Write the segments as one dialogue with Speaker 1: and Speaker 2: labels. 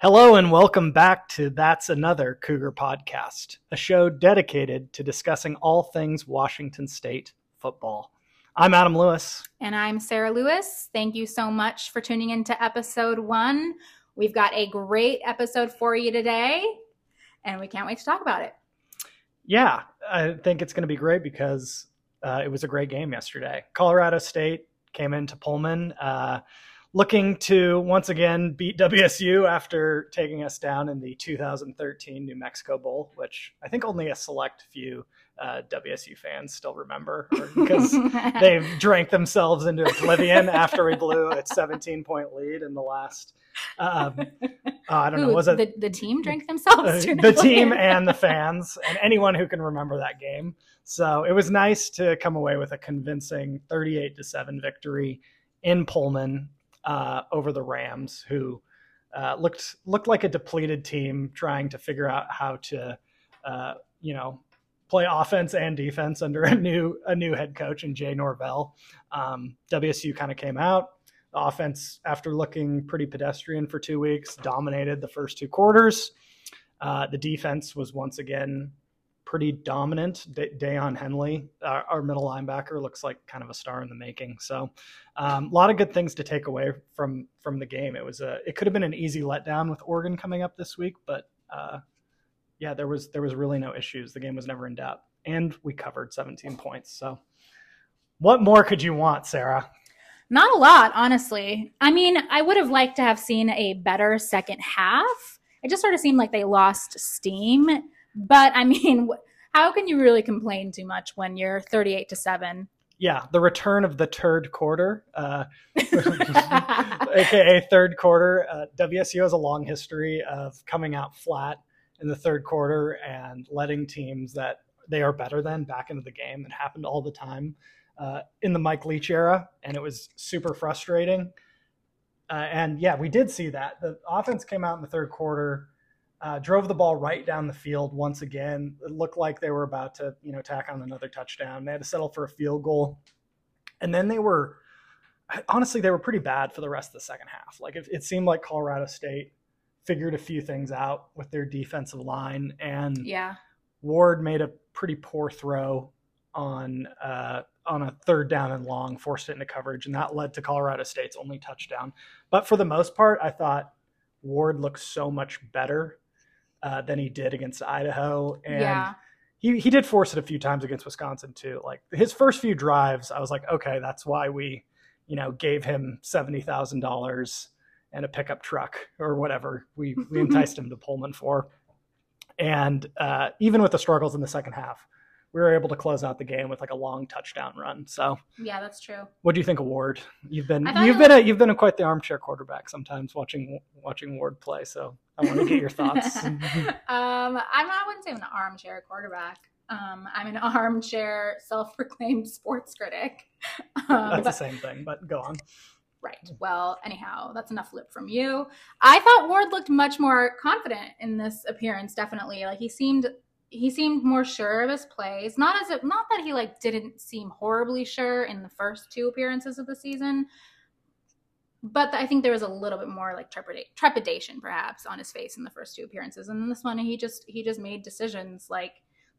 Speaker 1: Hello, and welcome back to That's Another Cougar Podcast, a show dedicated to discussing all things Washington State football. I'm Adam Lewis.
Speaker 2: And I'm Sarah Lewis. Thank you so much for tuning in to episode one. We've got a great episode for you today, and we can't wait to talk about it.
Speaker 1: Yeah, I think it's going to be great because uh, it was a great game yesterday. Colorado State came into Pullman, uh, looking to once again beat WSU after taking us down in the 2013 New Mexico Bowl, which I think only a select few uh, WSU fans still remember because they've drank themselves into oblivion after we blew a 17 point lead in the last. Um, uh, I don't know.
Speaker 2: Ooh,
Speaker 1: Was it
Speaker 2: the, the team drank themselves?
Speaker 1: uh,
Speaker 2: to
Speaker 1: the
Speaker 2: oblivion.
Speaker 1: team and the fans and anyone who can remember that game. So it was nice to come away with a convincing 38 to 7 victory in Pullman uh, over the Rams, who uh, looked looked like a depleted team trying to figure out how to, uh, you know, play offense and defense under a new a new head coach and Jay Norvell. Um, WSU kind of came out. The offense, after looking pretty pedestrian for two weeks, dominated the first two quarters. Uh, the defense was once again pretty dominant. Da- Dayon Henley, our, our middle linebacker, looks like kind of a star in the making. So, um, a lot of good things to take away from from the game. It was a it could have been an easy letdown with Oregon coming up this week, but uh, yeah, there was there was really no issues. The game was never in doubt, and we covered 17 points. So, what more could you want, Sarah?
Speaker 2: Not a lot, honestly. I mean, I would have liked to have seen a better second half. It just sort of seemed like they lost steam. But I mean, wh- how can you really complain too much when you're 38 to 7?
Speaker 1: Yeah, the return of the third quarter. Uh, aka third quarter. Uh, WSU has a long history of coming out flat in the third quarter and letting teams that they are better than back into the game. It happened all the time uh, in the Mike Leach era, and it was super frustrating. Uh, and yeah, we did see that. The offense came out in the third quarter, uh, drove the ball right down the field once again. It looked like they were about to, you know, tack on another touchdown. They had to settle for a field goal, and then they were honestly they were pretty bad for the rest of the second half. Like it, it seemed like Colorado State figured a few things out with their defensive line, and
Speaker 2: yeah.
Speaker 1: Ward made a pretty poor throw on uh, on a third down and long, forced it into coverage, and that led to Colorado State's only touchdown. But for the most part, I thought Ward looked so much better uh, than he did against Idaho, and
Speaker 2: yeah.
Speaker 1: he he did force it a few times against Wisconsin too. Like his first few drives, I was like, okay, that's why we, you know, gave him seventy thousand dollars and a pickup truck or whatever we we enticed him to Pullman for. And uh, even with the struggles in the second half, we were able to close out the game with like a long touchdown run. So,
Speaker 2: Yeah, that's true.
Speaker 1: what do you think of Ward? You've been
Speaker 2: I thought
Speaker 1: you've
Speaker 2: it
Speaker 1: been a, you've been a quite the armchair quarterback sometimes watching watching Ward play. So, I want to get your thoughts.
Speaker 2: um, I'm, I wouldn't say I'm an armchair quarterback. Um, I'm an armchair self-proclaimed sports critic. Um,
Speaker 1: That's the
Speaker 2: but-
Speaker 1: same thing, but go on.
Speaker 2: right. Well, anyhow, that's enough lip from you. I thought Ward looked much more confident in this appearance. Definitely, like he seemed he seemed more sure of his plays. Not as if, not that he like didn't seem horribly sure in the first two appearances of the season, but I think there was a little bit more like trepida- trepidation perhaps on his face in the first two appearances, and in this one he just he just made decisions like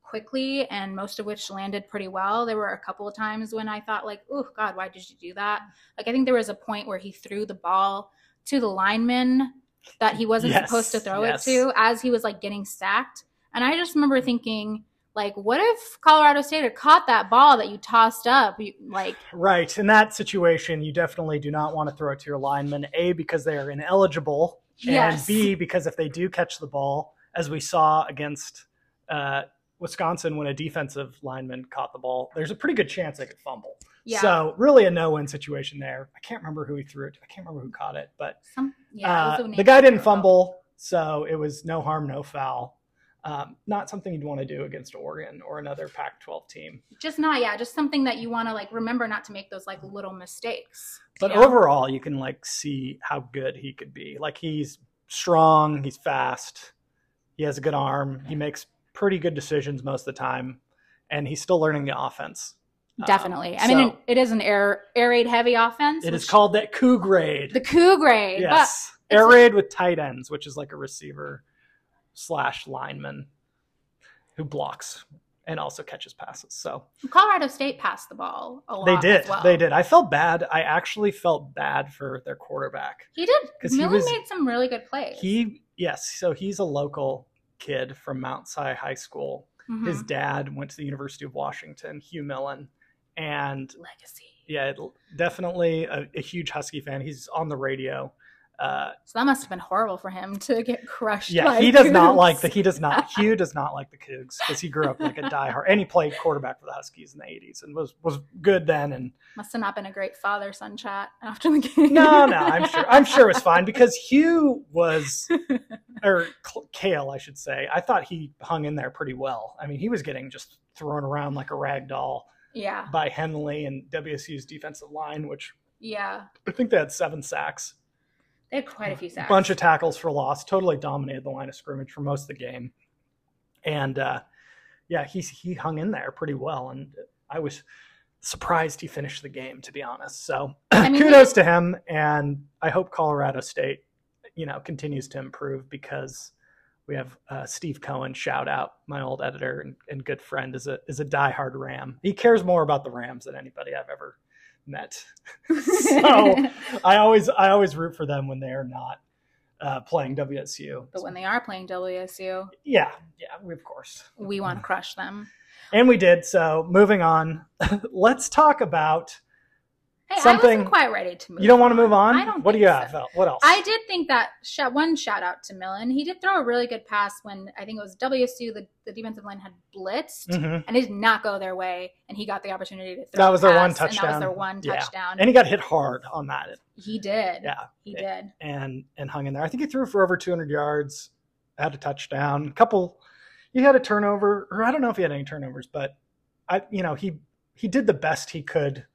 Speaker 2: quickly and most of which landed pretty well. There were a couple of times when I thought like, "Oh God, why did you do that?" Like I think there was a point where he threw the ball to the lineman that he wasn't
Speaker 1: Yes,
Speaker 2: supposed to throw
Speaker 1: yes.
Speaker 2: it to as he was like getting sacked. And I just remember thinking, like, what if Colorado State had caught that ball that you tossed up? You, like,
Speaker 1: Right. In that situation, you definitely do not want to throw it to your linemen, A, because they are ineligible,
Speaker 2: Yes.
Speaker 1: and B, because if they do catch the ball, as we saw against uh, Wisconsin when a defensive lineman caught the ball, there's a pretty good chance they could fumble.
Speaker 2: yeah,
Speaker 1: So, really a no win situation there. I can't remember who he threw it to. I can't remember who caught it, but
Speaker 2: some, yeah, it was
Speaker 1: uh,
Speaker 2: a
Speaker 1: the guy didn't fumble, so it was no harm, no foul. Um, not something you'd want to do against Oregon or another Pac 12 team.
Speaker 2: Just not, yeah, just something that you want to like remember not to make those like little mistakes.
Speaker 1: But
Speaker 2: you know?
Speaker 1: overall, you can like see how good he could be. Like he's strong, he's fast, he has a good arm, he makes pretty good decisions most of the time, and he's still learning the offense. Um,
Speaker 2: definitely. I mean,
Speaker 1: so
Speaker 2: it is an air air raid heavy offense.
Speaker 1: it is
Speaker 2: which-
Speaker 1: called that coup grade.
Speaker 2: the coup grade.
Speaker 1: yes, air raid with tight ends, which is like a receiver slash lineman who blocks and also catches passes. So
Speaker 2: Colorado State passed the ball a lot.
Speaker 1: they did.
Speaker 2: as well.
Speaker 1: They did. I felt bad. I actually felt bad for their quarterback.
Speaker 2: He did.
Speaker 1: 'Cause he
Speaker 2: Millie
Speaker 1: was-
Speaker 2: made some really good plays.
Speaker 1: He, yes. So he's a local kid from Mount Si High School.
Speaker 2: Mhm.
Speaker 1: His dad went to the University of Washington, Hugh Millen. And
Speaker 2: legacy.
Speaker 1: yeah, it- definitely a, a huge Husky fan. He's on the radio. Uh,
Speaker 2: So that must have been horrible for him to get crushed.
Speaker 1: yeah,
Speaker 2: by
Speaker 1: he does not
Speaker 2: Cougs.
Speaker 1: like the he does not Hugh does not like the Cougs because he grew up like a diehard and he played quarterback for the Huskies in the '80s and was was good then and
Speaker 2: Must have not been a great father son chat after the game.
Speaker 1: No, no, I'm sure. I'm sure it was fine because Hugh was, or Cl- Kale, I should say. I thought he hung in there pretty well. I mean, he was getting just thrown around like a rag doll
Speaker 2: Yeah,
Speaker 1: by Henley and WSU's defensive line, which
Speaker 2: yeah.
Speaker 1: I think they had seven sacks,
Speaker 2: They had quite a few sacks.
Speaker 1: bunch of tackles for loss, totally dominated the line of scrimmage for most of the game, and uh, yeah, he he hung in there pretty well, and I was surprised he finished the game to be honest. So
Speaker 2: I mean,
Speaker 1: kudos to him and i hope colorado state you know continues to improve because we have uh, steve cohen shout out my old editor and, and good friend is a is a diehard ram he cares more about the rams than anybody i've ever met so i always i always root for them when they're not uh, playing wsu
Speaker 2: but when they are playing WSU,
Speaker 1: yeah yeah we- of course
Speaker 2: we want to crush them.
Speaker 1: and we did so moving on let's talk about
Speaker 2: Hey, I
Speaker 1: Something-
Speaker 2: wasn't quite ready to move.
Speaker 1: you don't want to move on
Speaker 2: I don't.
Speaker 1: what do
Speaker 2: think
Speaker 1: you
Speaker 2: so.
Speaker 1: have Val? what else
Speaker 2: I did think that sh- one shout out to Millen. He did throw a really good pass when I think it was WSU. The, the defensive line had blitzed,
Speaker 1: Mhm.
Speaker 2: and it did not go their way, and he got the opportunity to throw.
Speaker 1: That
Speaker 2: a
Speaker 1: was their one
Speaker 2: pass, And that was
Speaker 1: touchdown.
Speaker 2: their one
Speaker 1: Yeah.
Speaker 2: touchdown.
Speaker 1: and he got hit hard on that
Speaker 2: he did.
Speaker 1: yeah
Speaker 2: He did.
Speaker 1: and and hung in there i think he threw for over 200 yards had a touchdown couple he had a turnover or i don't know if he had any turnovers but i you know he he did the best he could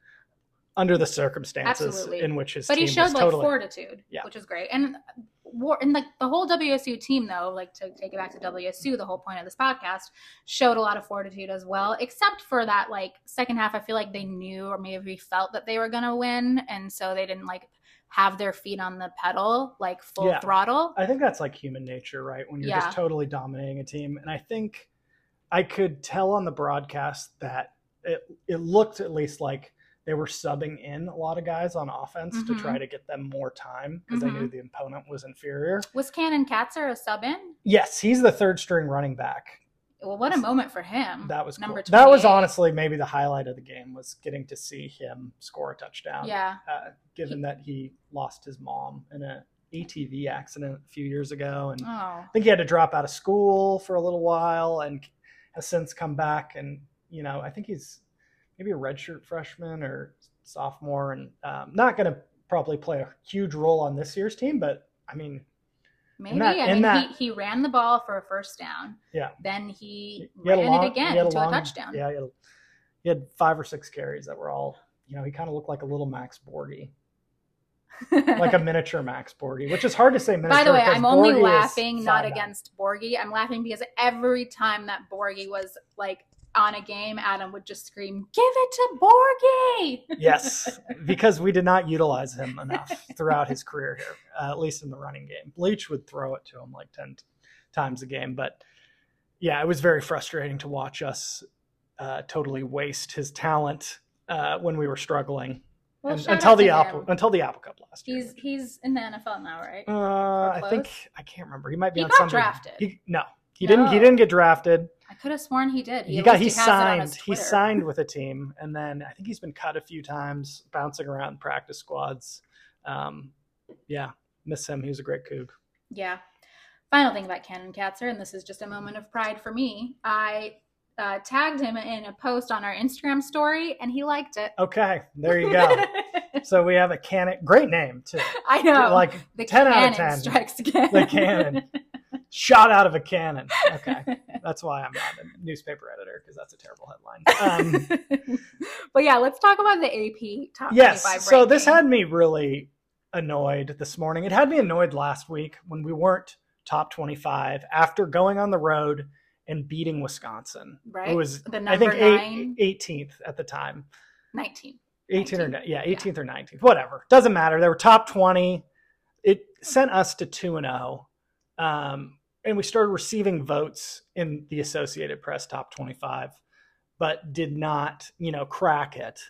Speaker 1: under the circumstances
Speaker 2: Absolutely.
Speaker 1: in which his
Speaker 2: But
Speaker 1: team
Speaker 2: he showed
Speaker 1: was
Speaker 2: like
Speaker 1: totally
Speaker 2: fortitude,
Speaker 1: Yeah.
Speaker 2: which is great. And war and like the whole WSU team though, like to take it back to WSU, the whole point of this podcast, showed a lot of fortitude as well. Except for that like second half, I feel like they knew or maybe felt that they were gonna win, and so they didn't like have their feet on the pedal like full
Speaker 1: Yeah.
Speaker 2: throttle.
Speaker 1: I think that's like human nature, right? When you're
Speaker 2: Yeah.
Speaker 1: just totally dominating a team. And I think I could tell on the broadcast that it it looked at least like they were subbing in a lot of guys on offense
Speaker 2: Mhm.
Speaker 1: to try to get them more time because they knew
Speaker 2: Mm-hmm.
Speaker 1: the opponent was inferior.
Speaker 2: Was Cannon Katzer a sub in?
Speaker 1: Yes, he's the third string running back.
Speaker 2: Well, what a moment for him.
Speaker 1: That was cool.
Speaker 2: Mm, number
Speaker 1: That was
Speaker 2: 28.
Speaker 1: honestly maybe the highlight of the game was getting to see him score a touchdown.
Speaker 2: Yeah.
Speaker 1: Uh, given that he lost his mom in a ATV accident a few years ago and
Speaker 2: Oh.
Speaker 1: I think he had to drop out of school for a little while and has since come back. And, you know, I think he's maybe a redshirt freshman or sophomore and um, not going to probably play a huge role on this year's team. But I mean,
Speaker 2: Maybe.
Speaker 1: that-
Speaker 2: I
Speaker 1: in
Speaker 2: mean,
Speaker 1: that-
Speaker 2: he, he ran the ball for a first down.
Speaker 1: Yeah.
Speaker 2: Then he
Speaker 1: he had
Speaker 2: ran
Speaker 1: a long,
Speaker 2: it again
Speaker 1: he had
Speaker 2: to
Speaker 1: a
Speaker 2: a,
Speaker 1: long-
Speaker 2: touchdown.
Speaker 1: Yeah. He had, he had five or six carries that were all, you know, he kind of looked like a little Max Borgi, like a miniature Max Borgi, which is hard to say. Miniature
Speaker 2: By the way,
Speaker 1: 'cause
Speaker 2: I'm only
Speaker 1: Borgi is
Speaker 2: laughing not
Speaker 1: 5'9".
Speaker 2: against Borgie. I'm laughing because every time that Borgie was like on a game, Adam would just scream, "Give it to Borgie!"
Speaker 1: yes, because we did not utilize him enough throughout his career here, uh, at least in the running game. Leach would throw it to him like 10 t- times a game. But yeah, it was very frustrating to watch us uh, totally waste his talent uh, when we were struggling
Speaker 2: Well,
Speaker 1: and-
Speaker 2: shout
Speaker 1: until
Speaker 2: out to
Speaker 1: the
Speaker 2: him.
Speaker 1: Apple, until the Apple Cup last year.
Speaker 2: He's he's in the NFL now, right?
Speaker 1: uh, I
Speaker 2: close?
Speaker 1: think I can't remember. He might be
Speaker 2: He
Speaker 1: on
Speaker 2: got
Speaker 1: some
Speaker 2: drafted.
Speaker 1: He, no, he didn't. He
Speaker 2: No.
Speaker 1: didn't get drafted.
Speaker 2: I could have sworn he did.
Speaker 1: He
Speaker 2: at
Speaker 1: got he
Speaker 2: least has it on his
Speaker 1: signed he
Speaker 2: Twitter.
Speaker 1: signed with a team, and then I think he's been cut a few times, bouncing around practice squads. Um, yeah, miss him. He was a great Coug.
Speaker 2: Yeah. Final thing about Canon Katzer, and this is just a moment of pride for me. I uh, tagged him in a post on our Instagram story, and he liked it.
Speaker 1: Okay, there you go. so we have a canon. Great name too.
Speaker 2: I know.
Speaker 1: Like
Speaker 2: the
Speaker 1: 10 out of
Speaker 2: cannon
Speaker 1: 10.
Speaker 2: strikes again.
Speaker 1: the cannon. Shot out of a cannon. Okay, that's why I'm not a newspaper editor because that's a terrible headline. Um,
Speaker 2: but yeah, let's talk about the AP top
Speaker 1: yes.
Speaker 2: 25
Speaker 1: So this
Speaker 2: ranking.
Speaker 1: had me really annoyed this morning. It had me annoyed last week when we weren't top 25 after going on the road and beating Wisconsin.
Speaker 2: right
Speaker 1: It was
Speaker 2: the
Speaker 1: I
Speaker 2: number
Speaker 1: think
Speaker 2: nine,
Speaker 1: eight, 18th at the time.
Speaker 2: 19.
Speaker 1: 18 or
Speaker 2: 19th,
Speaker 1: ni- yeah,
Speaker 2: yeah.
Speaker 1: 18th or 19th. Whatever. Doesn't matter. They were top 20. It sent us to 2 and 0. Um, and we started receiving votes in the Associated Press top 25, but did not, you know, crack it.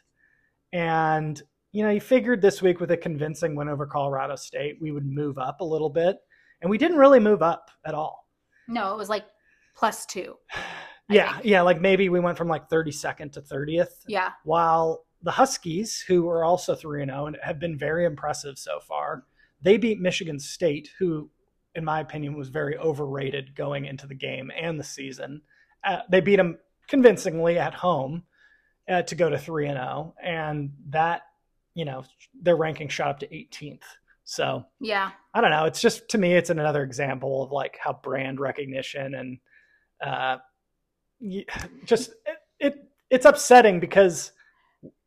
Speaker 1: And, you know, you figured this week with a convincing win over Colorado State, we would move up a little bit. And we didn't really move up at all.
Speaker 2: No, it was like plus two. I
Speaker 1: yeah.
Speaker 2: think.
Speaker 1: Yeah. Like maybe we went from like 32nd to 30th,
Speaker 2: Yeah.
Speaker 1: while the Huskies, who are also 3 0 and have been very impressive so far, they beat Michigan State, who, in my opinion, was very overrated going into the game and the season. Uh, they beat them convincingly at home uh, to go to 3 0. And that, you know, their ranking shot up to 18th. So
Speaker 2: Yeah.
Speaker 1: I don't know. It's just, to me, it's another example of like how brand recognition and uh, y- just it, it it's upsetting because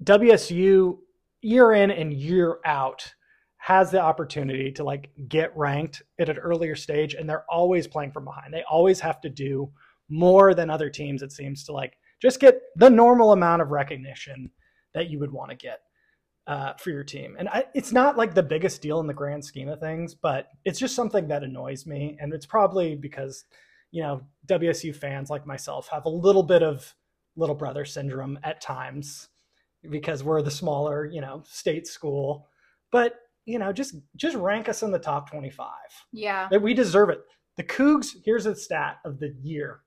Speaker 1: WSU year in and year out has the opportunity to like get ranked at an earlier stage and they're always playing from behind. They always have to do more than other teams it seems to like just get the normal amount of recognition that you would want to get uh, for your team. And I, it's not like the biggest deal in the grand scheme of things, but it's just something that annoys me and it's probably because you know, WSU fans like myself have a little bit of little brother syndrome at times because we're the smaller, you know, state school. But, you know, just just rank us in the top 25.
Speaker 2: Yeah.
Speaker 1: That we deserve it. The Cougs, here's a stat of the year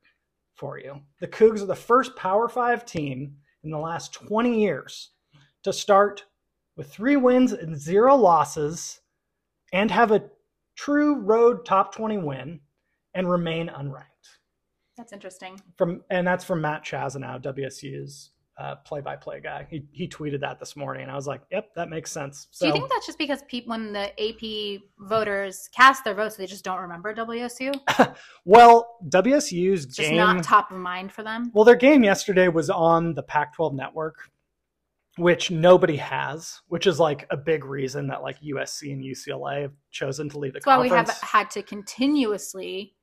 Speaker 1: for you. The Cougs are the first Power 5 team in the last 20 years to start with 3 wins and 0 losses and have a true road top 20 win and remain unranked.
Speaker 2: That's interesting.
Speaker 1: From and that's from Matt Chazanow, WSU's uh, play-by-play guy. He he tweeted that this morning, and I was like, "Yep, that makes sense." So
Speaker 2: Do you think that's just because people, when the AP voters cast their votes, they just don't remember WSU? It's
Speaker 1: well, WSU's
Speaker 2: just
Speaker 1: game.
Speaker 2: not top of mind for them.
Speaker 1: well, their game yesterday was on the Pac-12 network, which nobody has, which is like a big reason that like USC and UCLA have chosen to leave the
Speaker 2: That's why we
Speaker 1: conference.
Speaker 2: have had to continuously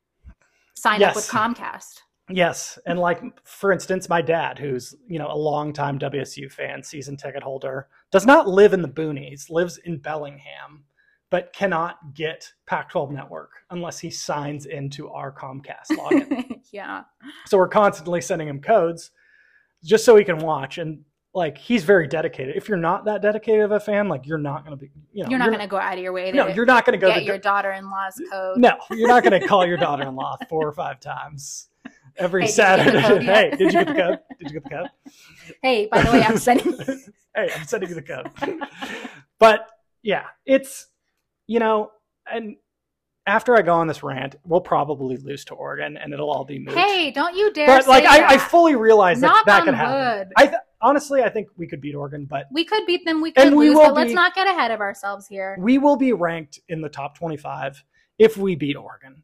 Speaker 2: sign up with
Speaker 1: Yes.
Speaker 2: Comcast.
Speaker 1: Yes, and like for instance, my dad, who's you know a longtime WSU fan, season ticket holder, does not live in the boonies, lives in Bellingham, but cannot get Pac-12 Network unless he signs into our Comcast login.
Speaker 2: yeah.
Speaker 1: so we're constantly sending him codes just so he can watch, and like he's very dedicated. If you're not that dedicated of a fan, like you're not gonna be, you know,
Speaker 2: you're not going to go out of your way to
Speaker 1: no, you're not gonna go
Speaker 2: get
Speaker 1: to
Speaker 2: your daughter in law's code.
Speaker 1: no, you're not going to call your daughter-in-law four or five times every
Speaker 2: Hey, did you get the
Speaker 1: Saturday.
Speaker 2: code
Speaker 1: hey,
Speaker 2: yet?
Speaker 1: did you get the code? Did you get the code?
Speaker 2: Hey, by the way, I'm sending.
Speaker 1: hey, I'm sending you the code. but yeah, it's you know, and after I go on this rant, we'll probably lose to Oregon, and it'll all be moot.
Speaker 2: hey, don't you dare.
Speaker 1: but like,
Speaker 2: say
Speaker 1: I, I
Speaker 2: that.
Speaker 1: fully realize that
Speaker 2: Knock
Speaker 1: that
Speaker 2: on
Speaker 1: could happen.
Speaker 2: wood.
Speaker 1: I th- honestly, I think we could beat Oregon, but
Speaker 2: we could beat them. We could
Speaker 1: And we
Speaker 2: lose,
Speaker 1: will
Speaker 2: but let's
Speaker 1: be-
Speaker 2: not get ahead of ourselves here.
Speaker 1: we will be ranked in the top 25 if we beat Oregon.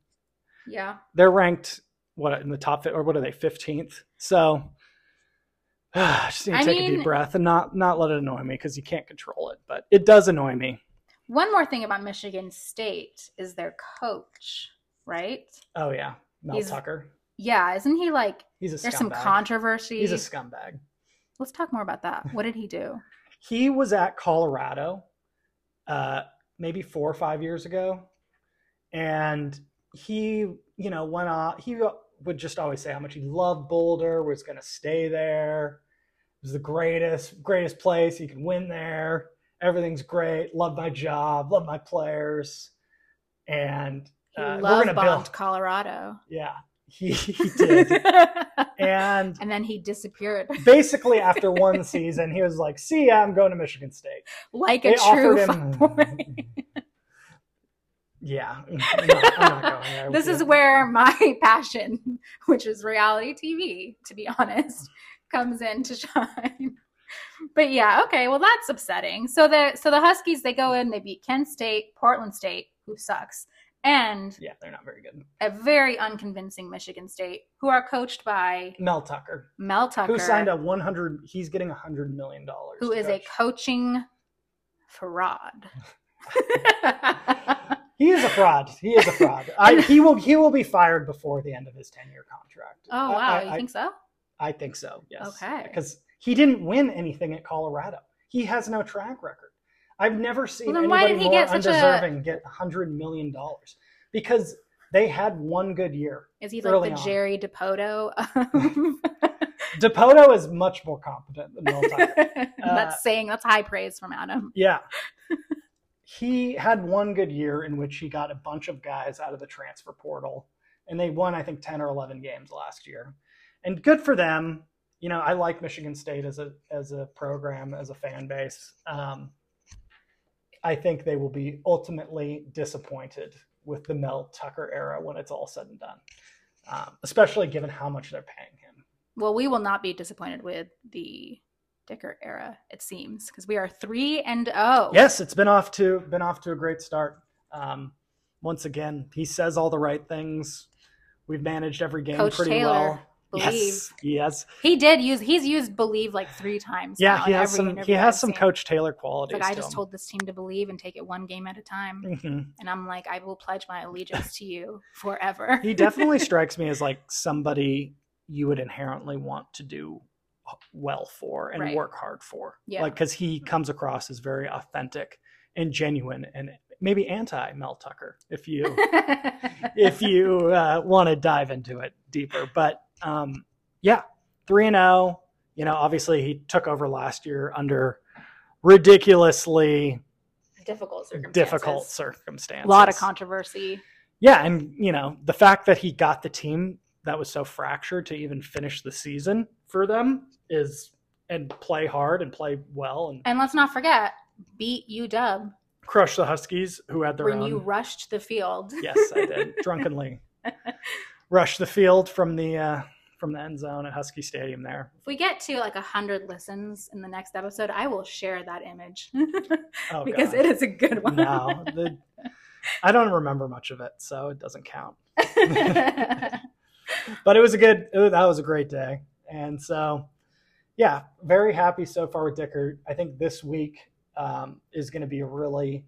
Speaker 2: Yeah.
Speaker 1: they're ranked what in the top fi- or what are they 15th so just need to
Speaker 2: I
Speaker 1: take a
Speaker 2: mean-
Speaker 1: deep breath and not not let it annoy me because you can't control it but it does annoy me
Speaker 2: One more thing about Michigan State is their coach, right?
Speaker 1: oh yeah mel
Speaker 2: He's-
Speaker 1: tucker
Speaker 2: Yeah, isn't he like
Speaker 1: he's a
Speaker 2: there's
Speaker 1: scumbag.
Speaker 2: some controversy?
Speaker 1: he's a scumbag
Speaker 2: Let's talk more about that. What did he do?
Speaker 1: he was at colorado uh maybe four or five years ago and he you know went off he would just always say how much he loved boulder was going to stay there it was the greatest greatest place you can win there everything's great love my job love my players and
Speaker 2: He
Speaker 1: uh, we're
Speaker 2: love
Speaker 1: going to
Speaker 2: bombed
Speaker 1: build
Speaker 2: Colorado.
Speaker 1: yeah he, he did
Speaker 2: and
Speaker 1: and
Speaker 2: then he disappeared
Speaker 1: basically after one season he was like see ya, i'm going to michigan state
Speaker 2: like
Speaker 1: They
Speaker 2: a true
Speaker 1: offered him-
Speaker 2: fuckboy.
Speaker 1: yeah I'm not- I'm not going there
Speaker 2: This
Speaker 1: with
Speaker 2: is
Speaker 1: you.
Speaker 2: where my passion, which is reality TV, to be honest, comes in to shine. But yeah, okay, well that's upsetting. So the so the Huskies they go in, they beat Kent State, Portland State, who sucks, and
Speaker 1: yeah they're not very good
Speaker 2: a very unconvincing Michigan State, who are coached by
Speaker 1: mel tucker
Speaker 2: Mel Tucker,
Speaker 1: who signed a 100 he's getting a 100 million dollars
Speaker 2: who is a coaching fraud.
Speaker 1: he is a fraud he is a fraud I, he will he will be fired before the end of his 10 year contract
Speaker 2: oh
Speaker 1: I-
Speaker 2: wow,
Speaker 1: I,
Speaker 2: you
Speaker 1: I,
Speaker 2: think so?
Speaker 1: I think so yes
Speaker 2: Okay.
Speaker 1: because he didn't win anything at colorado he has no track record I've never seen
Speaker 2: Well, then why
Speaker 1: anybody
Speaker 2: did he
Speaker 1: more
Speaker 2: get such a-
Speaker 1: undeserving get hundred million dollars because they had one good year.
Speaker 2: Is he
Speaker 1: Early
Speaker 2: like the
Speaker 1: on.
Speaker 2: Jerry Dipoto?
Speaker 1: Depoto is much more competent than Milton. Uh,
Speaker 2: that's saying that's high praise from Adam.
Speaker 1: Yeah. he had one good year in which he got a bunch of guys out of the transfer portal, and they won, I think, 10 or 11 games last year. And good for them. You know, I like Michigan State as a as a program, as a fan base. Um, I think they will be ultimately disappointed with the Mel Tucker era when it's all said and done, um, especially given how much they're paying him.
Speaker 2: Well, we will not be disappointed with the Dicker era, it seems, because we are three and oh.
Speaker 1: yes, it's been off to been off to a great start. Um, once again, he says all the right things. We've managed every game
Speaker 2: Coach
Speaker 1: pretty
Speaker 2: Taylor,
Speaker 1: well.
Speaker 2: believe.
Speaker 1: Yes, yes,
Speaker 2: He did use he's used believe like three times.
Speaker 1: yeah.
Speaker 2: now
Speaker 1: He
Speaker 2: in
Speaker 1: has
Speaker 2: every
Speaker 1: some. He
Speaker 2: interview
Speaker 1: has
Speaker 2: I've
Speaker 1: some
Speaker 2: seen.
Speaker 1: Coach Taylor
Speaker 2: It's
Speaker 1: qualities.
Speaker 2: Like I
Speaker 1: to
Speaker 2: just
Speaker 1: him.
Speaker 2: told this team to believe and take it one game at a time.
Speaker 1: Mhm.
Speaker 2: And I'm like, I will pledge my allegiance to you forever.
Speaker 1: He definitely strikes me as like somebody you would inherently want to do well for and
Speaker 2: Right.
Speaker 1: work hard for.
Speaker 2: Yeah.
Speaker 1: Like because he comes across as very authentic and genuine, and maybe anti Mel Tucker. If you if you uh, want to dive into it deeper. But um, yeah, three and zero. You know, obviously he took over last year under ridiculously
Speaker 2: difficult circumstances.
Speaker 1: difficult circumstances.
Speaker 2: A lot of controversy.
Speaker 1: yeah, and you know the fact that he got the team that was so fractured to even finish the season for them is and play hard and play well and
Speaker 2: And let's not forget, beat U Dub
Speaker 1: crush the Huskies who had their
Speaker 2: when
Speaker 1: own.
Speaker 2: you rushed the field.
Speaker 1: Yes, I did drunkenly rush the field from the uh, from the end zone at Husky Stadium. There,
Speaker 2: If we get to like a hundred listens in the next episode, I will share that image
Speaker 1: oh,
Speaker 2: because
Speaker 1: God.
Speaker 2: it is a good one.
Speaker 1: no, the, I don't remember much of it, so it doesn't count. But it was a good. It, was- that was a great day, and so yeah, very happy so far with Dickard. I think this week um, is going to be a really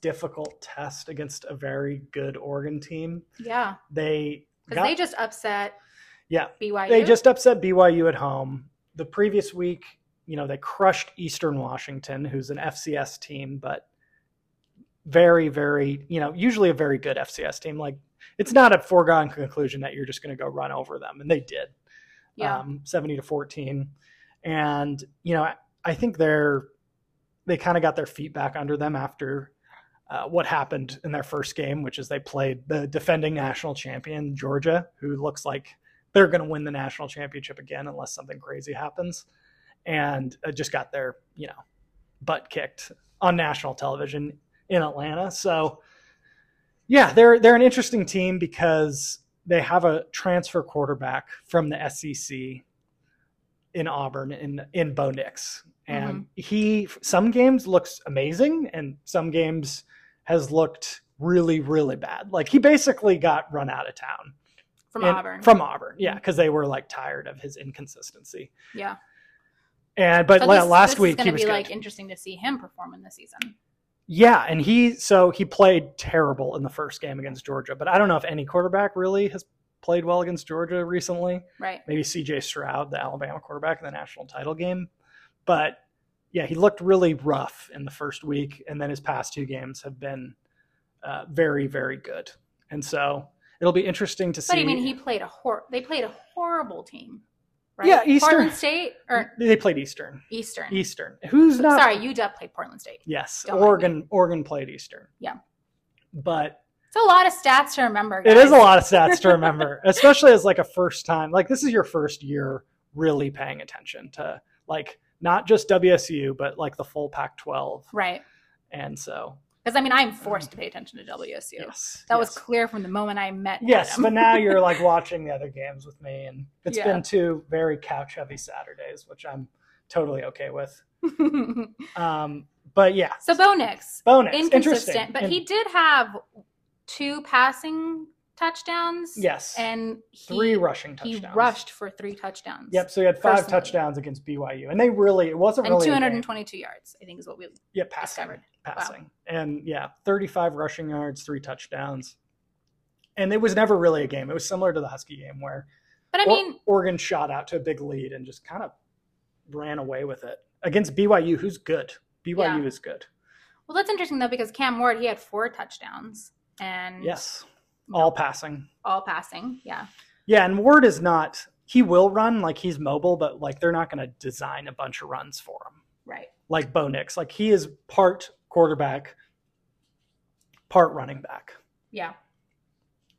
Speaker 1: difficult test against a very good Oregon team.
Speaker 2: yeah,
Speaker 1: They
Speaker 2: because they just upset
Speaker 1: yeah
Speaker 2: BYU.
Speaker 1: They just upset BYU at home. The previous week, you know, they crushed Eastern Washington, who's an FCS team, but very, very, you know, usually a very good FCS team. Like, it's not a foregone conclusion that you're just going to go run over them, and they did,
Speaker 2: yeah.
Speaker 1: um, seventy to fourteen. And you know, I, I think they're they kind of got their feet back under them after uh, what happened in their first game, which is they played the defending national champion, Georgia, who looks like they're going to win the national championship again unless something crazy happens. And uh, just got their, you know, butt kicked on national television in Atlanta. So, yeah, they're they're an interesting team because they have a transfer quarterback from the SEC in Auburn in in Bo Nix,
Speaker 2: Mm-hmm.
Speaker 1: and he some games looks amazing, and some games has looked really really bad. Like he basically got run out of town
Speaker 2: from
Speaker 1: And-
Speaker 2: Auburn.
Speaker 1: From Auburn, yeah, because they were like tired of his inconsistency.
Speaker 2: yeah,
Speaker 1: And but
Speaker 2: So
Speaker 1: la-
Speaker 2: this-
Speaker 1: last
Speaker 2: this
Speaker 1: week he
Speaker 2: is gonna
Speaker 1: was
Speaker 2: be
Speaker 1: good.
Speaker 2: like interesting to see him perform in the season.
Speaker 1: Yeah, and he so he played terrible in the first game against Georgia, but I don't know if any quarterback really has played well against Georgia recently.
Speaker 2: Right.
Speaker 1: Maybe CJ Stroud, the Alabama quarterback in the national title game. But yeah, he looked really rough in the first week, and then his past two games have been uh, very, very good. And so it'll be interesting to see.
Speaker 2: But I mean, he played a hor. They played a horrible team. Right?
Speaker 1: Yeah, Eastern-
Speaker 2: Portland State or
Speaker 1: they played Eastern.
Speaker 2: Eastern.
Speaker 1: Eastern. Who's not
Speaker 2: Sorry, UW played Portland State.
Speaker 1: Yes,
Speaker 2: Don't like me.
Speaker 1: Oregon. Oregon played Eastern.
Speaker 2: Yeah.
Speaker 1: but
Speaker 2: It's a lot of stats to remember.
Speaker 1: It is a
Speaker 2: guys.
Speaker 1: lot of stats to remember, especially as like a first time. Like this is your first year really paying attention to like not just WSU but like the full Pac-12.
Speaker 2: Right.
Speaker 1: And so
Speaker 2: Because I mean, I'm
Speaker 1: Mm.
Speaker 2: forced to pay attention to WSU.
Speaker 1: yes,
Speaker 2: That was
Speaker 1: yes.
Speaker 2: clear from the moment I met.
Speaker 1: Yes,
Speaker 2: Adam.
Speaker 1: but now you're like watching the other games with me, and it's
Speaker 2: Yeah.
Speaker 1: been two very couch heavy Saturdays, which I'm totally okay with. Um, but yeah,
Speaker 2: so Bo Nix,
Speaker 1: bonus interesting.
Speaker 2: inconsistent, but
Speaker 1: And-
Speaker 2: he did have two passing touchdowns.
Speaker 1: yes
Speaker 2: and he,
Speaker 1: three rushing
Speaker 2: He
Speaker 1: touchdowns.
Speaker 2: rushed for three touchdowns.
Speaker 1: Yep, so he had five
Speaker 2: personally.
Speaker 1: touchdowns against BYU, and they really it wasn't
Speaker 2: And
Speaker 1: really a game.
Speaker 2: 222 yards, I think, is what we
Speaker 1: Yeah, passing.
Speaker 2: discovered.
Speaker 1: Passing. And yeah, 35 rushing yards, three touchdowns. And it was never really a game. It was similar to the Husky game where
Speaker 2: But I
Speaker 1: Or-
Speaker 2: mean,
Speaker 1: Oregon shot out to a big lead and just kind of ran away with it against BYU, who's good. BYU is good.
Speaker 2: Well, that's interesting though because Cam Ward he had four touchdowns and
Speaker 1: Yes. All passing.
Speaker 2: all passing. Yeah.
Speaker 1: Yeah, and Ward is not he will run like he's mobile, but like they're not going to design a bunch of runs for him.
Speaker 2: Right.
Speaker 1: Like Bo Nix, like he is part quarterback, part running back.
Speaker 2: Yeah.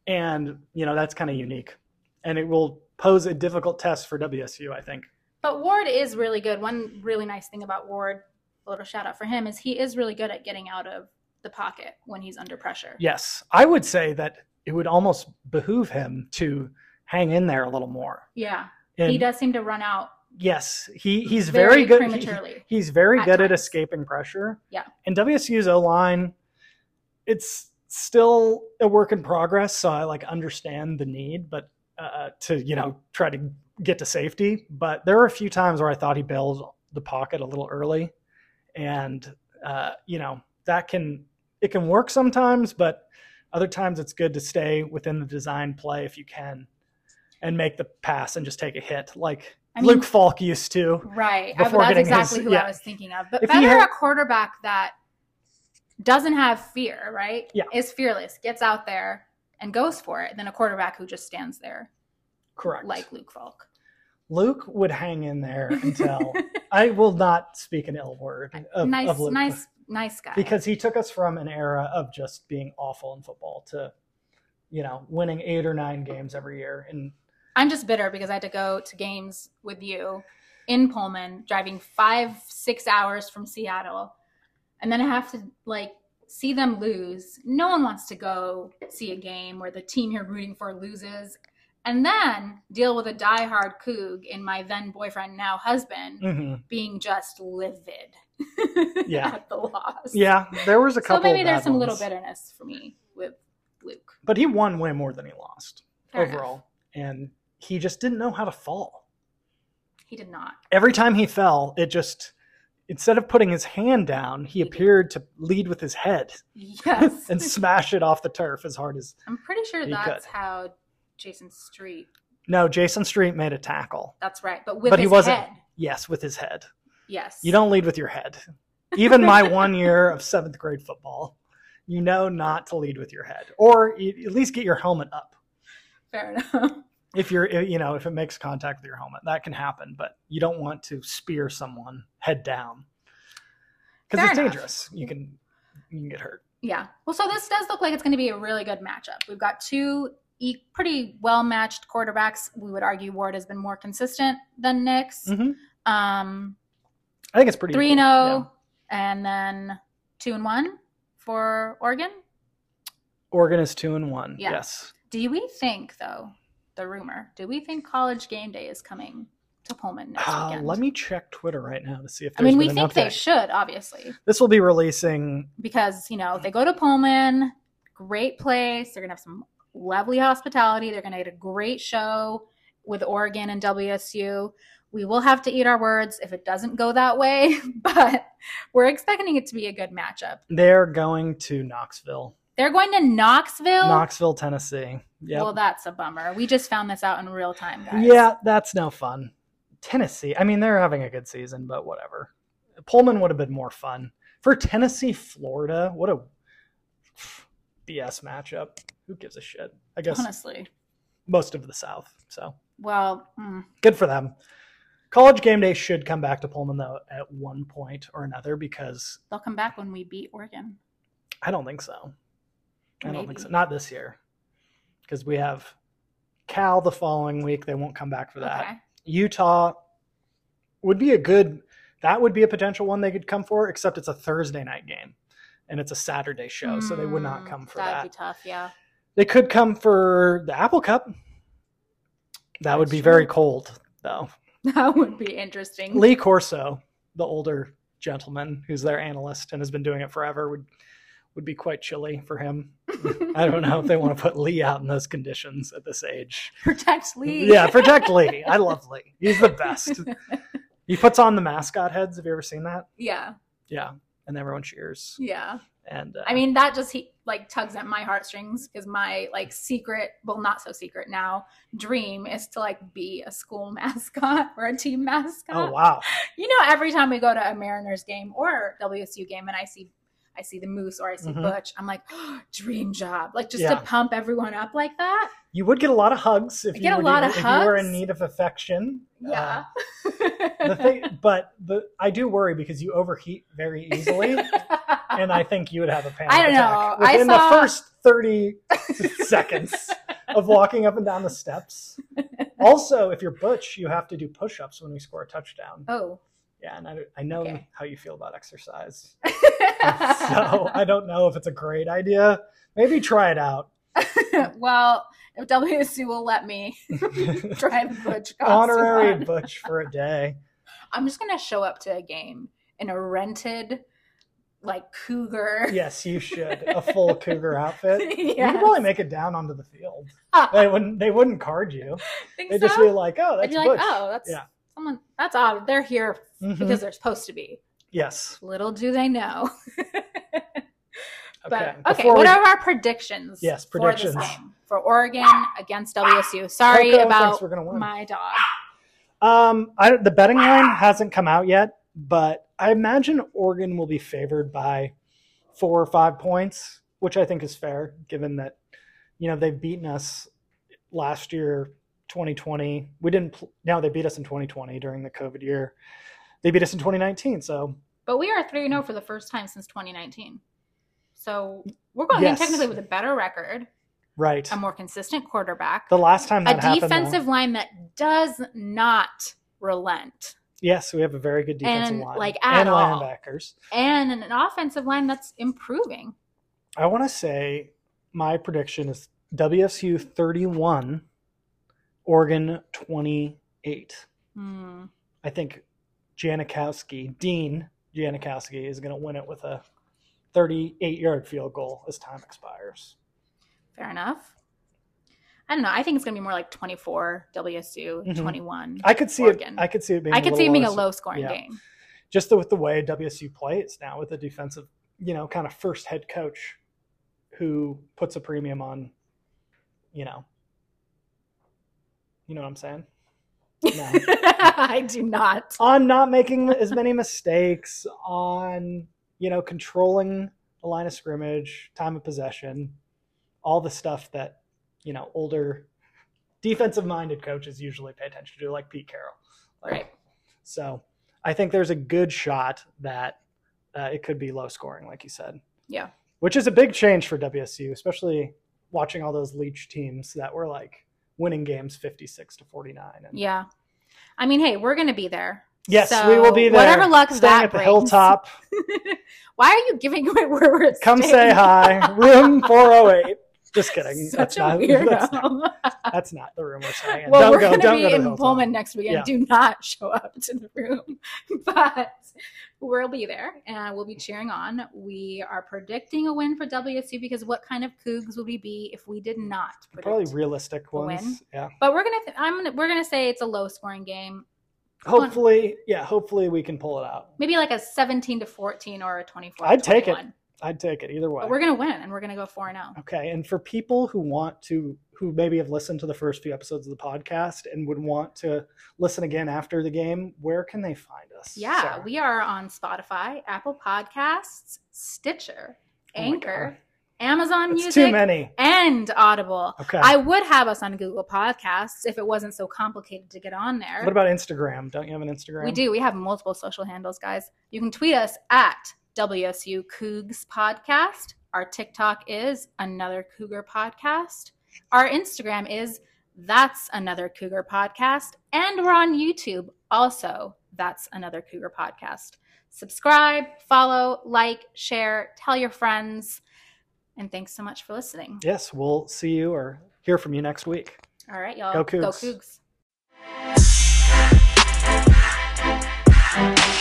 Speaker 1: And, you know, that's kind of unique. And it will pose a difficult test for WSU, I think.
Speaker 2: But Ward is really good. One really nice thing about Ward, a little shout out for him, is he is really good at getting out of the pocket when he's under pressure.
Speaker 1: Yes, I would say that it would almost behoove him to hang in there a little more.
Speaker 2: Yeah.
Speaker 1: And
Speaker 2: he does seem to run out
Speaker 1: Yes, he, he's very, good. he-
Speaker 2: prematurely.
Speaker 1: he- he's very
Speaker 2: at
Speaker 1: good at
Speaker 2: times.
Speaker 1: escaping pressure.
Speaker 2: Yeah.
Speaker 1: And WSU's O line, it's still a work in progress. So I like understand the need, but uh, to you know try to get to safety. But there were a few times where I thought he bailed the pocket a little early, and uh, you know that can it can work sometimes, but other times it's good to stay within the design play if you can, and make the pass and just take a hit like
Speaker 2: I mean-
Speaker 1: Luke Falk used to.
Speaker 2: Right. I-
Speaker 1: before
Speaker 2: that's
Speaker 1: getting
Speaker 2: exactly
Speaker 1: his-
Speaker 2: who
Speaker 1: yeah.
Speaker 2: I was thinking of. But
Speaker 1: If he
Speaker 2: better
Speaker 1: had-
Speaker 2: a quarterback that doesn't have fear, right?
Speaker 1: Yeah.
Speaker 2: Is fearless, gets out there and goes for it than a quarterback who just stands there
Speaker 1: Correct.
Speaker 2: like Luke Falk.
Speaker 1: Luke would hang in there until I will not speak an ill word of,
Speaker 2: nice
Speaker 1: of Luke
Speaker 2: nice nice guy.
Speaker 1: because he took us from an era of just being awful in football to you know winning eight or nine games every year and
Speaker 2: I'm just bitter because I had to go to games with you in Pullman, driving five, six hours from Seattle. And then I have to like see them lose. No one wants to go see a game where the team you're rooting for loses. And then deal with a diehard Coog in my then boyfriend, now husband,
Speaker 1: Mhm.
Speaker 2: being just livid
Speaker 1: Yeah.
Speaker 2: at the loss.
Speaker 1: yeah there was a
Speaker 2: So
Speaker 1: couple
Speaker 2: maybe
Speaker 1: of
Speaker 2: there's
Speaker 1: bad
Speaker 2: some little
Speaker 1: ones.
Speaker 2: bitterness for me with Luke.
Speaker 1: but he won way more than he lost
Speaker 2: Fair enough.
Speaker 1: overall and he just didn't know how to fall
Speaker 2: He did not.
Speaker 1: every time he fell it just instead of putting his hand down he
Speaker 2: He did.
Speaker 1: appeared to lead with his head
Speaker 2: Yes.
Speaker 1: and smash it off the turf as hard as
Speaker 2: I'm pretty sure
Speaker 1: He
Speaker 2: that's
Speaker 1: could.
Speaker 2: how Jason Street.
Speaker 1: no jason street made a tackle
Speaker 2: That's right, but with
Speaker 1: But he
Speaker 2: his
Speaker 1: wasn't-
Speaker 2: head.
Speaker 1: yes with his head
Speaker 2: Yes,
Speaker 1: You don't lead with your head. Even my one year of seventh grade football, you know not to lead with your head, or you- at least get your helmet up.
Speaker 2: Fair enough.
Speaker 1: If you're, you know, if it makes contact with your helmet, that can happen, but you don't want to spear someone head down because
Speaker 2: Fair
Speaker 1: it's
Speaker 2: enough.
Speaker 1: dangerous. You can, you can get hurt.
Speaker 2: Yeah. Well, so this does look like it's going to be a really good matchup. We've got two e- pretty well matched quarterbacks. We would argue Ward has been more consistent than Nick's.
Speaker 1: Mhm.
Speaker 2: Um,
Speaker 1: I think it's pretty
Speaker 2: Mm-hmm. three and oh.
Speaker 1: equal.
Speaker 2: zero, and then two and one for Oregon.
Speaker 1: Yeah. Oregon is two and one.
Speaker 2: Yeah.
Speaker 1: Yes,
Speaker 2: Do we think though? The rumor. Do we think College Game Day is coming to Pullman next
Speaker 1: Uh,
Speaker 2: weekend?
Speaker 1: let me check Twitter right now to see if
Speaker 2: I
Speaker 1: there's
Speaker 2: mean, we
Speaker 1: been an
Speaker 2: think they
Speaker 1: update.
Speaker 2: should, obviously.
Speaker 1: this will be releasing.
Speaker 2: because you know they
Speaker 1: Mm-hmm.
Speaker 2: go to Pullman, great place. They're gonna have some lovely hospitality. They're gonna get a great show with Oregon and WSU. We will have to eat our words if it doesn't go that way, but we're expecting it to be a good matchup.
Speaker 1: They're going to Knoxville,
Speaker 2: They're going to Knoxville.
Speaker 1: Knoxville, Tennessee. Yep.
Speaker 2: Well, that's a bummer. We just found this out in real time, guys.
Speaker 1: Yeah, that's no fun. Tennessee, I mean, they're having a good season, but whatever. Pullman would have been more fun. For Tennessee, Florida, what a BS matchup. Who gives a shit? I guess
Speaker 2: honestly.
Speaker 1: most of the South. So
Speaker 2: Well, mm,
Speaker 1: good for them. College game day should come back to Pullman, though, at one point or another, because
Speaker 2: they'll come back when we beat Oregon.
Speaker 1: I don't think so. I don't think
Speaker 2: Maybe.
Speaker 1: so. Not this year, because we have Cal the following week. They won't come back for that.
Speaker 2: Okay.
Speaker 1: Utah would be a good that would be a potential one they could come for, except it's a Thursday night game and it's a Saturday show, so they would not
Speaker 2: Mm,
Speaker 1: come for
Speaker 2: That'd
Speaker 1: that.
Speaker 2: be tough. Yeah.
Speaker 1: They could come for the Apple Cup. That would
Speaker 2: That's
Speaker 1: be
Speaker 2: true. Mm.
Speaker 1: very cold, though.
Speaker 2: That would be interesting.
Speaker 1: Lee Corso, the older gentleman who's their analyst and has been doing it forever, would would be quite chilly for him. I don't know if they want to put Lee out in those conditions at this age.
Speaker 2: Protect Lee.
Speaker 1: Yeah, protect Lee. I love Lee. He's the best. He puts on the mascot heads. Have you ever seen that?
Speaker 2: yeah.
Speaker 1: Yeah, and everyone cheers.
Speaker 2: Yeah.
Speaker 1: And uh,
Speaker 2: I mean, that just he like tugs at my heartstrings because my like secret, well, not so secret now, dream is to like be a school mascot or a team mascot.
Speaker 1: oh wow,
Speaker 2: You know, every time we go to a Mariners game or WSU game, and I see, I see the Moose or I see
Speaker 1: Mhm.
Speaker 2: Butch. I'm like, "Oh, dream job. Like just
Speaker 1: Yeah.
Speaker 2: to pump everyone up like that.
Speaker 1: You would get a lot of hugs if
Speaker 2: I
Speaker 1: you
Speaker 2: get a
Speaker 1: were,
Speaker 2: lot of
Speaker 1: if you were in
Speaker 2: hugs.
Speaker 1: need of affection.
Speaker 2: Yeah.
Speaker 1: Uh, the thing, but the I do worry because you overheat very easily, and I think you would have a panic
Speaker 2: I don't
Speaker 1: attack
Speaker 2: know. I
Speaker 1: within
Speaker 2: saw-
Speaker 1: the first thirty seconds of walking up and down the steps. Also, if you're Butch, you have to do push-ups when we score a touchdown.
Speaker 2: oh.
Speaker 1: Yeah, and I, I know
Speaker 2: Okay.
Speaker 1: how you feel about exercise, so I don't know if it's a great idea. Maybe try it out.
Speaker 2: well, if WSU will let me drive a Butch costume
Speaker 1: Honorary
Speaker 2: on.
Speaker 1: Butch for a day.
Speaker 2: I'm just gonna show up to a game in a rented, like cougar.
Speaker 1: Yes, you should. A full cougar outfit. You
Speaker 2: Yes.
Speaker 1: could probably make it down onto the field.
Speaker 2: Ah.
Speaker 1: They wouldn't. They wouldn't card you.
Speaker 2: Think
Speaker 1: They'd just
Speaker 2: so?
Speaker 1: be like, "Oh,
Speaker 2: I'd
Speaker 1: that's
Speaker 2: be like,
Speaker 1: Butch."
Speaker 2: oh, that's
Speaker 1: Yeah.
Speaker 2: someone. That's odd. They're here
Speaker 1: Mhm.
Speaker 2: because they're supposed to be.
Speaker 1: Yes.
Speaker 2: Little do they know.
Speaker 1: Okay.
Speaker 2: But okay,
Speaker 1: Before we-
Speaker 2: what are our predictions?
Speaker 1: Yes,
Speaker 2: For,
Speaker 1: predictions.
Speaker 2: this game? for Oregon against WSU. Sorry
Speaker 1: Coco
Speaker 2: about
Speaker 1: thinks we're gonna win.
Speaker 2: my dog.
Speaker 1: Um, I don't, the betting line hasn't come out yet, but I imagine Oregon will be favored by four or five points, which I think is fair, given that you know they've beaten us last year, 2020. We didn't. Pl- now they beat us in 2020 during the COVID year. They beat us in 2019, so
Speaker 2: But we are 3 0 for the first time since 2019. So we're going
Speaker 1: Yes.
Speaker 2: in technically with a better record,
Speaker 1: right.
Speaker 2: a more consistent quarterback,
Speaker 1: the last time
Speaker 2: Um, a
Speaker 1: that happened, though-
Speaker 2: defensive line that does not relent,
Speaker 1: yes, we have a very good defensive
Speaker 2: And,
Speaker 1: line
Speaker 2: like, at
Speaker 1: and
Speaker 2: all.
Speaker 1: linebackers.
Speaker 2: and an offensive line that's improving.
Speaker 1: I want to say my prediction is WSU 31, Oregon 28.
Speaker 2: Hmm.
Speaker 1: I think Janikowski, Dean Janikowski, is going to win it with a 38 yard field goal as time expires.
Speaker 2: Fair enough. I don't know. I think it's going to be more like 24 WSU,
Speaker 1: Mhm.
Speaker 2: 21. I,
Speaker 1: I could see
Speaker 2: Oregon.
Speaker 1: it. I could see it being.
Speaker 2: could see it being a
Speaker 1: lower-
Speaker 2: low scoring
Speaker 1: yeah.
Speaker 2: game.
Speaker 1: Just the, with the way WSU plays now, with the defensive, you know, kind of first head coach, who puts a premium on, you know, you know what I'm saying. No.
Speaker 2: I do not.
Speaker 1: on not making as many mistakes, on you know controlling the line of scrimmage, time of possession, all the stuff that you know older defensive-minded coaches usually pay attention to, like Pete Carroll. Like,
Speaker 2: Right.
Speaker 1: So I think there's a good shot that uh, it could be low scoring, like you said.
Speaker 2: Yeah.
Speaker 1: Which is a big change for WSU, especially watching all those leech teams that were like winning games 56 to 49 and
Speaker 2: Yeah. I mean, hey, we're going to be there.
Speaker 1: Yes, we will be
Speaker 2: So,
Speaker 1: there.
Speaker 2: Whatever luck
Speaker 1: staying
Speaker 2: that
Speaker 1: at the
Speaker 2: brings.
Speaker 1: hilltop.
Speaker 2: Why are you giving away where we're
Speaker 1: Come
Speaker 2: staying?
Speaker 1: say hi. Room 408. Just kidding. that's
Speaker 2: Such a
Speaker 1: not
Speaker 2: weirdo.
Speaker 1: that's not, that's not the room we're staying in.
Speaker 2: well,
Speaker 1: don't
Speaker 2: we're
Speaker 1: go,
Speaker 2: going to
Speaker 1: don't go
Speaker 2: be
Speaker 1: to the
Speaker 2: in
Speaker 1: hilltop.
Speaker 2: Pullman next weekend.
Speaker 1: Yeah.
Speaker 2: Do not show up to the room, but we'll be there and we'll be cheering on. We are predicting a win for WSU because what kind of Cougs would we be if we did not predict?
Speaker 1: Probably realistic
Speaker 2: The win.
Speaker 1: ones. Yeah.
Speaker 2: But we're gonna, th- I'm gonna, we're gonna say it's a low scoring game,
Speaker 1: Hopefully, yeah, hopefully we can pull it out.
Speaker 2: maybe like a 17 to 14 or a 24.
Speaker 1: I'd take it.
Speaker 2: 21.
Speaker 1: I'd take it either way.
Speaker 2: But we're gonna win and we're gonna go four and oh. zero.
Speaker 1: Okay, and for people who want to, who maybe have listened to the first few episodes of the podcast and would want to listen again after the game, where can they find us?
Speaker 2: Yeah,
Speaker 1: Sarah?
Speaker 2: we are on Spotify, Apple Podcasts, Stitcher,
Speaker 1: Oh my
Speaker 2: Anchor, Amazon
Speaker 1: God. It's too
Speaker 2: Music,
Speaker 1: many.
Speaker 2: and Audible.
Speaker 1: Okay.
Speaker 2: I would have us on Google Podcasts if it wasn't so complicated to get on there.
Speaker 1: what about Instagram? Don't you have an Instagram?
Speaker 2: we do. We have multiple social handles, guys. You can tweet us at WSU Cougs Podcast. Our TikTok is Another Cougar Podcast. Our Instagram is That's Another Cougar Podcast. And we're on YouTube also. That's Another Cougar Podcast. Subscribe, follow, like, share, tell your friends. And thanks so much for listening.
Speaker 1: Yes, we'll see you or hear from you next week.
Speaker 2: All right, y'all.
Speaker 1: Go
Speaker 2: Go
Speaker 1: Cougs.
Speaker 2: Cougs.